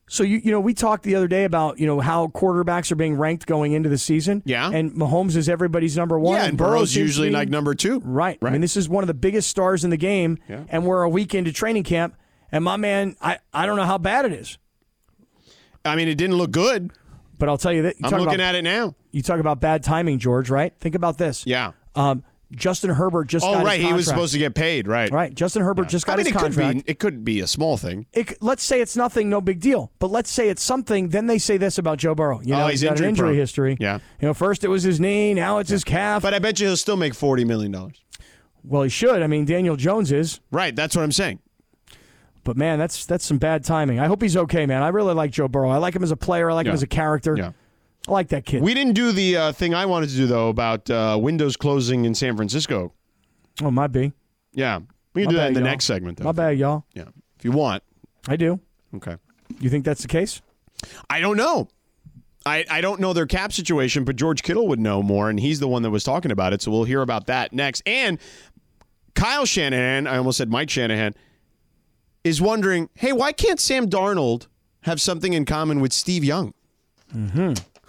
So you you know we talked the other day about you know how quarterbacks are being ranked going into the season. Yeah. And Mahomes is everybody's number one. yeah, and Burrow's seems to usually be- like number two. right. I mean this is one of the biggest stars in the game. Yeah. And we're a week into training camp, and my man, I I don't know how bad it is, I mean, it didn't look good. but I'll tell you that. You I'm talk looking about, at it now. You talk about bad timing, George. Right. Think about this. Yeah. Um, Justin Herbert just. oh, got right. His He was contract. supposed to get paid. Right. Right. Justin Herbert just got I mean, it his could contract. be. It could be a small thing. it, let's say it's nothing, no big deal. But let's say it's something. Then they say this about Joe Burrow. You know, oh, he's he's got injury an injury prone. history. Yeah. You know, first it was his knee, now it's his calf. But I bet you he'll still make forty million dollars. well, he should. I mean, Daniel Jones is. Right. That's what I'm saying. But man, that's that's some bad timing. I hope he's okay, man. I really like Joe Burrow. I like him as a player. I like him Yeah. as a character. Yeah. I like that kid. We didn't do the uh, thing I wanted to do though about uh, windows closing in San Francisco. oh, my B. Yeah, we can My do bad, that in the y'all. next segment though. My bad, y'all. Yeah, if you want. I do. Okay. You think that's the case? I don't know. I, I don't know their cap situation, but George Kittle would know more, and he's the one that was talking about it. So we'll hear about that next. And Kyle Shanahan, I almost said Mike Shanahan, is wondering, hey, why can't Sam Darnold have something in common with Steve Young? Mm-hmm.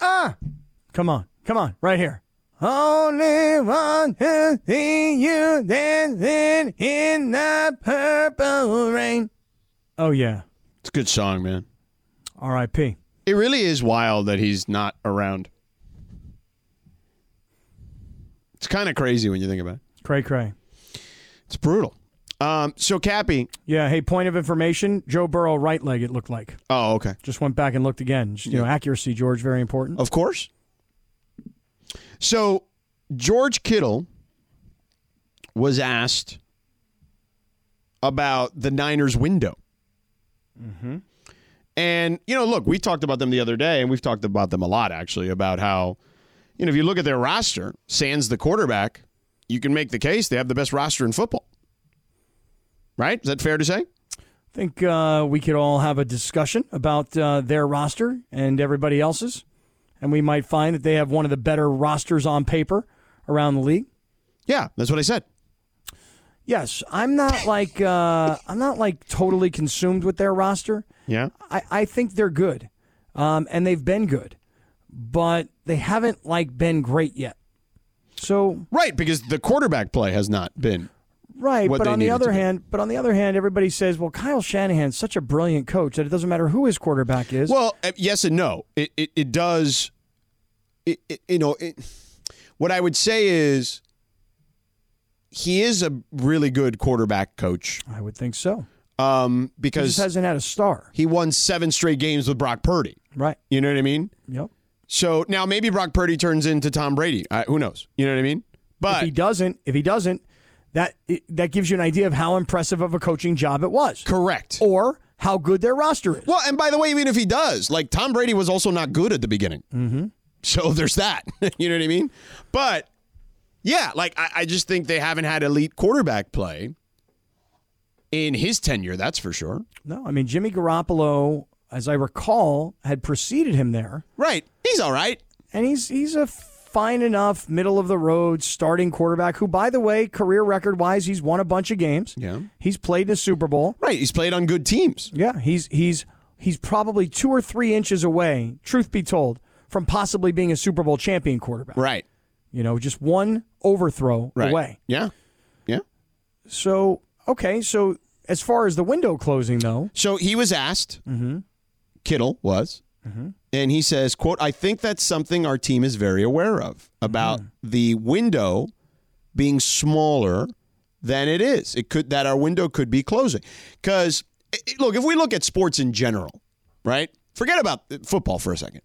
Ah. Come on. Come on. Right here. Only one who see you dancing in the purple rain. Oh yeah. It's a good song, man. R.I.P. It really is wild that he's not around. It's kind of crazy when you think about it. Cray cray. It's brutal. Um, so Cappy. Yeah. Hey, point of information: Joe Burrow right leg. It looked like. Oh, okay. Just went back and looked again. Just, You know, Yeah. accuracy, George, very important. Of course. So George Kittle was asked about the Niners window. Mm-hmm. And, you know, look, we talked about them the other day, and we've talked about them a lot, actually, about how, you know, if you look at their roster, Sans the quarterback, you can make the case they have the best roster in football. Right? Is that fair to say? I think uh, we could all have a discussion about uh, their roster and everybody else's, and we might find that they have one of the better rosters on paper around the league. Yeah, that's what I said. Yes, (laughs) I'm not like uh, I'm not like totally consumed with their roster. Yeah. I, I think they're good, um, and they've been good, but they haven't like been great yet. So Right, because the quarterback play has not been. Right, what but they on the needed to other be. hand, but on the other hand, everybody says, "Well, Kyle Shanahan's such a brilliant coach that it doesn't matter who his quarterback is." Well, uh, yes and no. It it, it does. It, it, you know, it, what I would say is he is a really good quarterback coach. I would think so. Um, because just hasn't had a star. He won seven straight games with Brock Purdy. Right. You know what I mean? Yep. So now maybe Brock Purdy turns into Tom Brady. Uh, who knows? You know what I mean? But if he doesn't, if he doesn't, that it- that gives you an idea of how impressive of a coaching job it was. Correct. Or how good their roster is. Well, and by the way, even if he does, like Tom Brady was also not good at the beginning. Mm-hmm. So (laughs) there's that. you know what I mean? But yeah, like I, I just think they haven't had elite quarterback play in his tenure. That's for sure. No, I mean Jimmy Garoppolo, as I recall, had preceded him there. Right. He's all right. And he's he's a fine enough middle of the road starting quarterback who by the way, career record wise, he's won a bunch of games. Yeah. He's played in the Super Bowl. Right. He's played on good teams. Yeah. He's he's he's probably two or three inches away, truth be told, from possibly being a Super Bowl champion quarterback. Right. You know, just one overthrow Right. away. Yeah. Yeah. So okay, so as far as the window closing though, So he was asked, Mhm. Kittle was, Mhm. and he says, "quote I think that's something our team is very aware of about the window being smaller than it is. It could that our window could be closing because look, if we look at sports in general, right? Forget about eh, football for a second.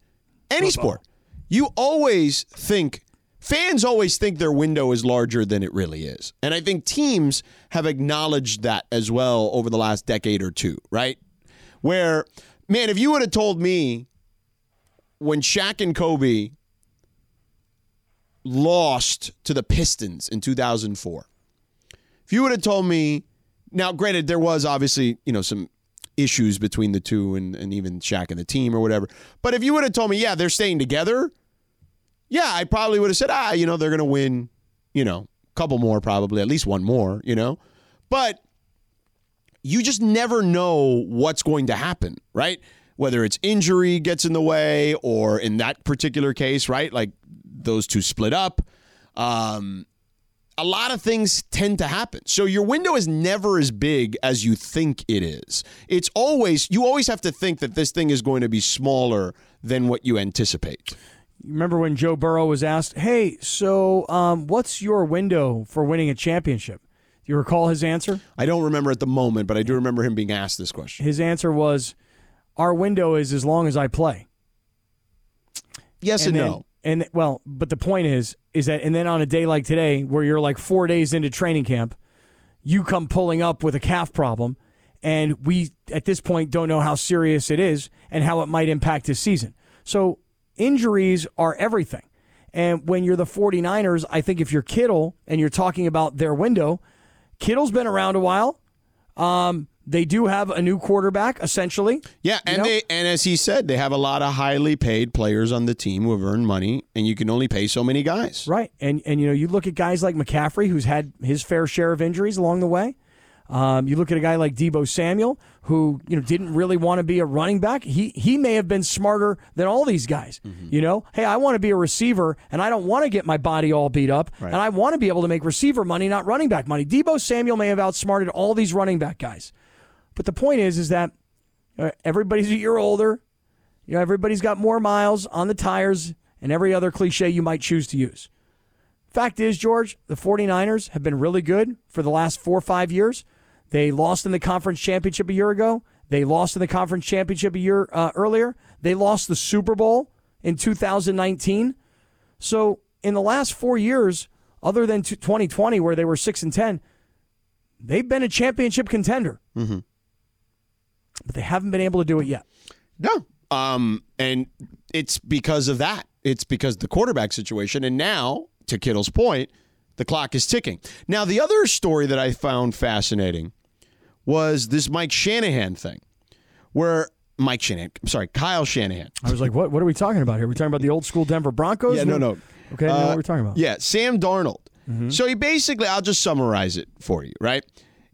Any sport, you always think." Fans always think their window is larger than it really is. And I think teams have acknowledged that as well over the last decade or two, right? where, man, if you would have told me when Shaq and Kobe lost to the Pistons in 2004, if you would have told me, now, granted, there was obviously, you know, some issues between the two and, and even Shaq and the team or whatever, but if you would have told me, yeah, they're staying together, yeah, I probably would have said, ah, you know, they're going to win, you know, a couple more probably, at least one more, you know, but you just never know what's going to happen, right? Whether it's injury gets in the way, or in that particular case, right? Like those two split up. Um, a lot of things tend to happen. So your window is never as big as you think it is. It's always, you always have to think that this thing is going to be smaller than what you anticipate. you remember when Joe Burrow was asked, "Hey, so um, what's your window for winning a championship?" Do you recall his answer? I don't remember at the moment, but I do remember him being asked this question. His answer was, "Our window is as long as I play." Yes and then- no. And well, but the point is, is that and then on a day like today, where you're like four days into training camp, you come pulling up with a calf problem, and we at this point don't know how serious it is and how it might impact his season. So injuries are everything. And when you're the 49ers, I think if you're Kittle and you're talking about their window, Kittle's been around a while. Um, They do have a new quarterback, essentially. Yeah, and they and as he said, they have a lot of highly paid players on the team who have earned money, and you can only pay so many guys. Right. And and you know, you look at guys like McCaffrey, who's had his fair share of injuries along the way. Um, you look at a guy like Debo Samuel, who you know didn't really want to be a running back. He he may have been smarter than all these guys. You know, hey, I want to be a receiver, and I don't want to get my body all beat up, and I want to be able to make receiver money, not running back money. Debo Samuel may have outsmarted all these running back guys, but the point is, is that uh, everybody's a year older. You know, everybody's got more miles on the tires, and every other cliche you might choose to use. Fact is, George, the 49ers have been really good for the last four or five years. They lost in the conference championship a year ago. They lost in the conference championship a year uh, earlier. They lost the Super Bowl in 2019. So, in the last four years, other than t- 2020, where they were 6 and 10, they've been a championship contender, Mm-hmm. but they haven't been able to do it yet. No. Um, and it's because of that. It's because of the quarterback situation. And now, to Kittle's point, the clock is ticking. Now, the other story that I found fascinating was this Mike Shanahan thing, where Mike Shanahan, I'm sorry, Kyle Shanahan. I was like, what, what are we talking about here? We're talking about the old school Denver Broncos? Yeah, no, no. Okay, I know Uh, what we're talking about. Mm-hmm. Yeah, Sam Darnold. So he basically, I'll just summarize it for you, right?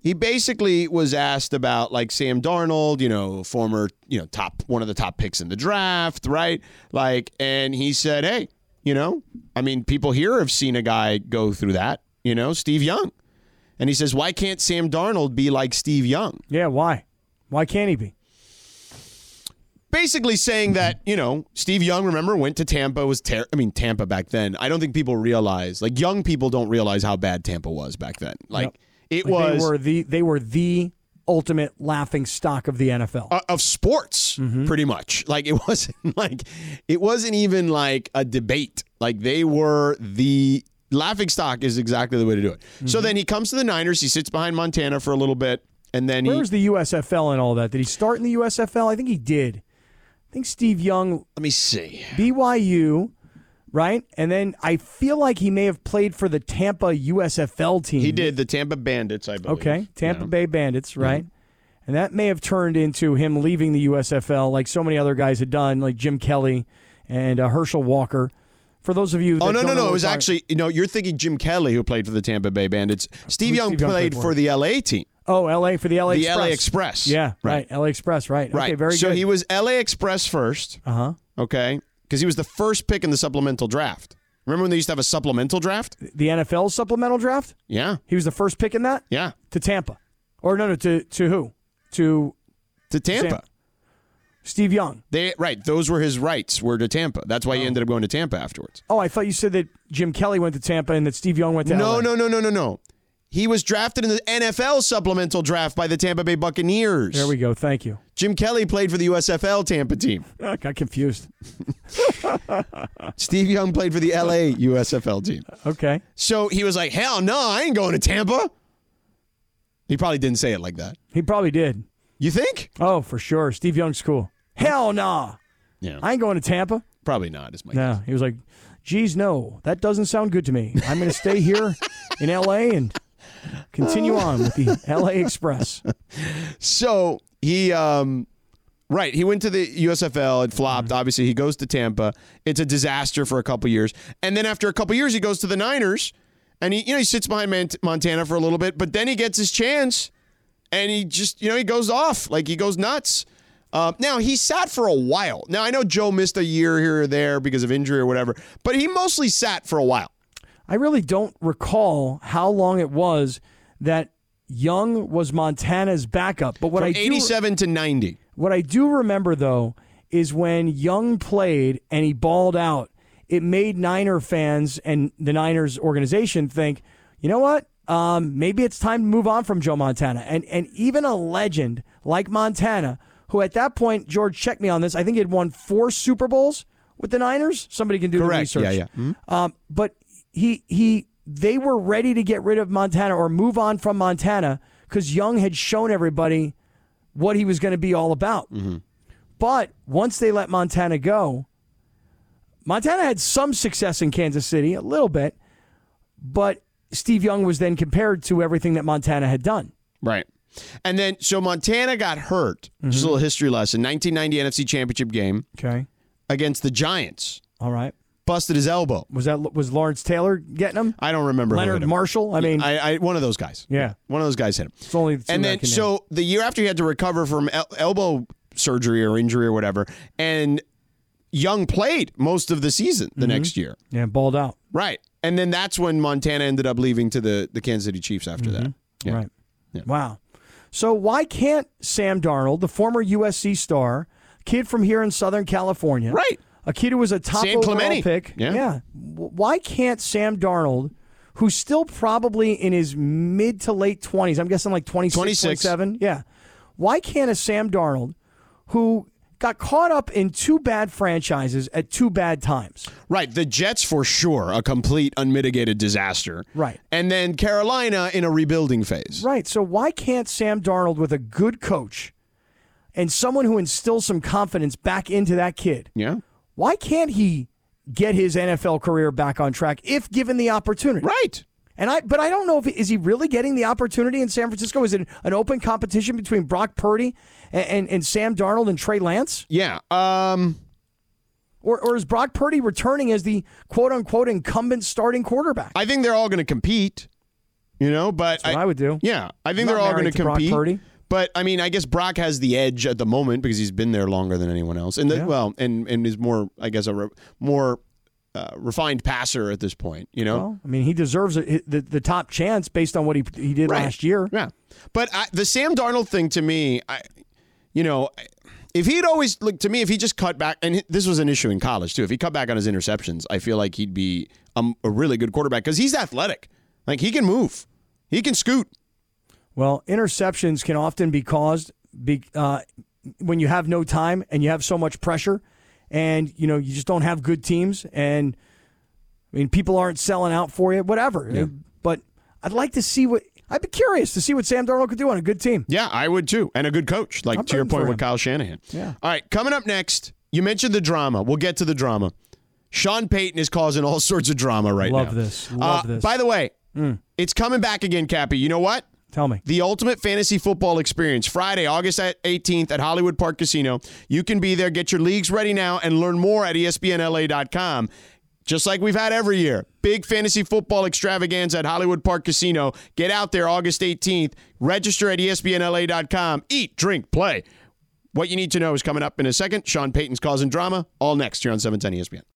He basically was asked about like Sam Darnold, you know, former, you know, top one of the top picks in the draft, right? Like, and he said, hey, you know, I mean, people here have seen a guy go through that, you know, Steve Young. And he says, why can't Sam Darnold be like Steve Young? Yeah, why? Why can't he be? basically saying that you know Steve Young, remember, went to Tampa was ter- I mean Tampa back then. I don't think people realize, like young people don't realize how bad Tampa was back then. Like it Like, was They were the, they were the ultimate laughing stock of the NFL. uh, of sports Mm-hmm. pretty much. (laughs) Like it wasn't like it wasn't even like a debate. Like they were the laughing stock is exactly the way to do it. So Mm-hmm. then he comes to the Niners. He sits behind Montana for a little bit, and then Where he was the USFL and all that? Did he start in the USFL? I think he did. I think Steve Young. Let me see. BYU, right? And then I feel like he may have played for the Tampa USFL team. he did the Tampa Bandits, I believe. Okay, Tampa Bay Bandits, right? And that may have turned into him leaving the USFL, like so many other guys had done, like Jim Kelly and uh, Herschel Walker. For those of you, that Oh no don't no know no! what It was we're talking- actually you know you're thinking Jim Kelly who played for the Tampa Bay Bandits. Steve Who's Young Steve Young played played for the L.A. team. Oh, L.A. for the L.A. The Express. LA Express. Yeah, Right. right. L.A. Express, right? Right. Okay, very so good. he was L.A. Express first. Uh huh. Okay, because he was the first pick in the supplemental draft. Remember when they used to have a supplemental draft? The NFL supplemental draft. Yeah. He was the first pick in that. Yeah. To Tampa, or no, no, to to who? To to Tampa. Steve Young. They right. Those were his rights. Were to Tampa. That's why he ended up going to Tampa afterwards. Oh, I thought you said that Jim Kelly went to Tampa and that Steve Young went to. No LA. no no no no no. He was drafted in the NFL supplemental draft by the Tampa Bay Buccaneers. There we go. Thank you. Jim Kelly played for the USFL Tampa team. I got confused. Steve Young played for the LA USFL team. Okay. So he was like, hell no, I ain't going to Tampa. He probably didn't say it like that. He probably did. You think? Oh, for sure. Steve Young's cool. Hell nah. Yeah. I ain't going to Tampa. Probably not as much. No. He was like, geez, no, that doesn't sound good to me. I'm going to (laughs) stay here in L.A. and continue on with the L.A. Express. So he, um, right, he went to the USFL. It flopped. Mm-hmm. Obviously, he goes to Tampa. It's a disaster for a couple years, and then after a couple years, he goes to the Niners, and he, you know, he sits behind Mont- Montana for a little bit, but then he gets his chance, and he just, you know, he goes off like he goes nuts. Uh, now he sat for a while. Now I know Joe missed a year here or there because of injury or whatever, but he mostly sat for a while. I really don't recall how long it was that Young was Montana's backup. But what From I do, 87 to 90. What I do remember though is when Young played and he balled out, it made Niner fans and the Niners organization think, you know what? Um, maybe it's time to move on from Joe Montana. And and even a legend like Montana, who at that point, George, check me on this. I think he had won four Super Bowls with the Niners. Somebody can do the Correct. research. Yeah, yeah. Mhm. Um, but he he they were ready to get rid of Montana or move on from Montana because Young had shown everybody what he was going to be all about. Mm-hmm. But once they let Montana go, Montana had some success in Kansas City, a little bit, but Steve Young was then compared to everything that Montana had done. Right. And then, so Montana got hurt. Mm-hmm. Just a little history lesson. 1990 NFC Championship game. Okay. Against the Giants. All right. Busted his elbow. Was that was Lawrence Taylor getting him? I don't remember. who Leonard hit him. Marshall? I mean- I, I one of those guys. Yeah. one of those guys hit him. It's only the two and that I then can name. so the year after he had to recover from el- elbow surgery or injury or whatever, and Young played most of the season the Mm-hmm. next year. yeah, balled out. Right. And then that's when Montana ended up leaving to the, the Kansas City Chiefs after that. Yeah. Mm-hmm. Right. Wow. So why can't Sam Darnold, the former USC star, kid from here in Southern California, right, a kid who was a top Sam overall Clemente. pick, Yeah. w- Why can't Sam Darnold, who's still probably in his mid to late twenties, I'm guessing like 26, 26. 27, yeah, why can't a Sam Darnold who got caught up in two bad franchises at two bad times? Right. The Jets, for sure, a complete unmitigated disaster. Right. And then Carolina in a rebuilding phase. Right. So why can't Sam Darnold with a good coach and someone who instills some confidence back into that kid? Yeah. Why can't he get his NFL career back on track if given the opportunity? Right. And I but I don't know if is he really getting the opportunity in San Francisco? Is it an open competition between Brock Purdy and, and, and Sam Darnold and Trey Lance? Yeah. Um or, or is Brock Purdy returning as the quote unquote incumbent starting quarterback? I think they're all going to compete, you know, but I, would do. Yeah. I think I'm they're not all going married to Brock compete. Purdy. But I mean, I guess Brock has the edge at the moment because he's been there longer than anyone else, and the, well, and and is more, I guess, a re, more uh, refined passer at this point. You know, I mean, he deserves a, the, the top chance based on what he, he did Right. last year. Yeah. But I, the Sam Darnold thing to me, I, you know, if he'd always look to me, if he just cut back, and this was an issue in college too. If he cut back on his interceptions, I feel like he'd be um, a really good quarterback because he's athletic. Like he can move, he can scoot. Well, interceptions can often be caused be, uh, when you have no time and you have so much pressure, and you know you just don't have good teams, and I mean people aren't selling out for you, whatever. But I'd like to see what I'd be curious to see what Sam Darnold could do on a good team. Yeah, I would too, and a good coach. Like I'm to your rooting point for with him. Kyle Shanahan. Yeah. All right, coming up next, you mentioned the drama. We'll get to the drama. Sean Payton is causing all sorts of drama right Love now. this. Love this. Uh, Mm. By the way, it's coming back again, Cappy. You know what? Tell me. The Ultimate Fantasy Football Experience, Friday, August 18th at Hollywood Park Casino. You can be there. Get your leagues ready now and learn more at E espnla.com. Just like we've had every year, big fantasy football extravaganza at Hollywood Park Casino. Get out there August 18th. Register at E espnla.com. Eat, drink, play. What you need to know is coming up in a second. Sean Payton's causing drama, all next here on E 710 ESPN.